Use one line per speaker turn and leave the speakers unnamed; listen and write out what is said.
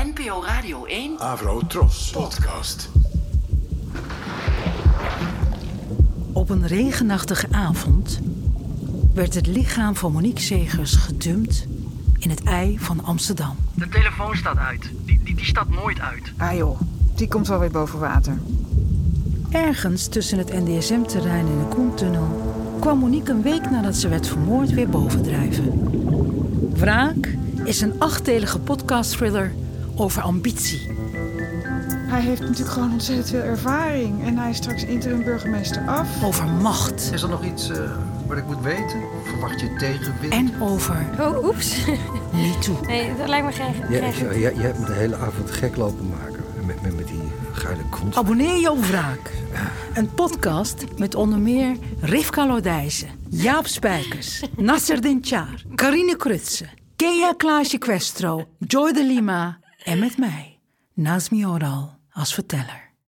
NPO Radio 1.
Avro Tros podcast.
Op een regenachtige avond werd het lichaam van Monique Segers gedumpt in het ei van Amsterdam.
De telefoon staat uit. Die, die, die staat nooit uit.
Ah joh, die komt wel weer boven water.
Ergens tussen het NDSM-terrein en de Koentunnel kwam Monique een week nadat ze werd vermoord weer bovendrijven. Wraak is een achtdelige podcast-thriller over ambitie.
Hij heeft natuurlijk gewoon ontzettend veel ervaring. En hij is straks interim burgemeester af.
Over macht
Is er nog iets eh, wat ik moet weten? Verwacht je tegenwind?
en over
Oh, oeps.
MeToo.
Nee, dat lijkt me geen...
Ja,
geen
ik- ja, jij hebt me de hele avond gek lopen maken. Met, met, met die geile kont.
Abonneer je op Wraak. Een podcast met onder meer Rivka Lodijzen, Jaap Spijkers, Nasser Dintjaar, Carine Krutse, Kea Klaasje Questro, Joy de Lima en met mij, Nazmi Oral als verteller.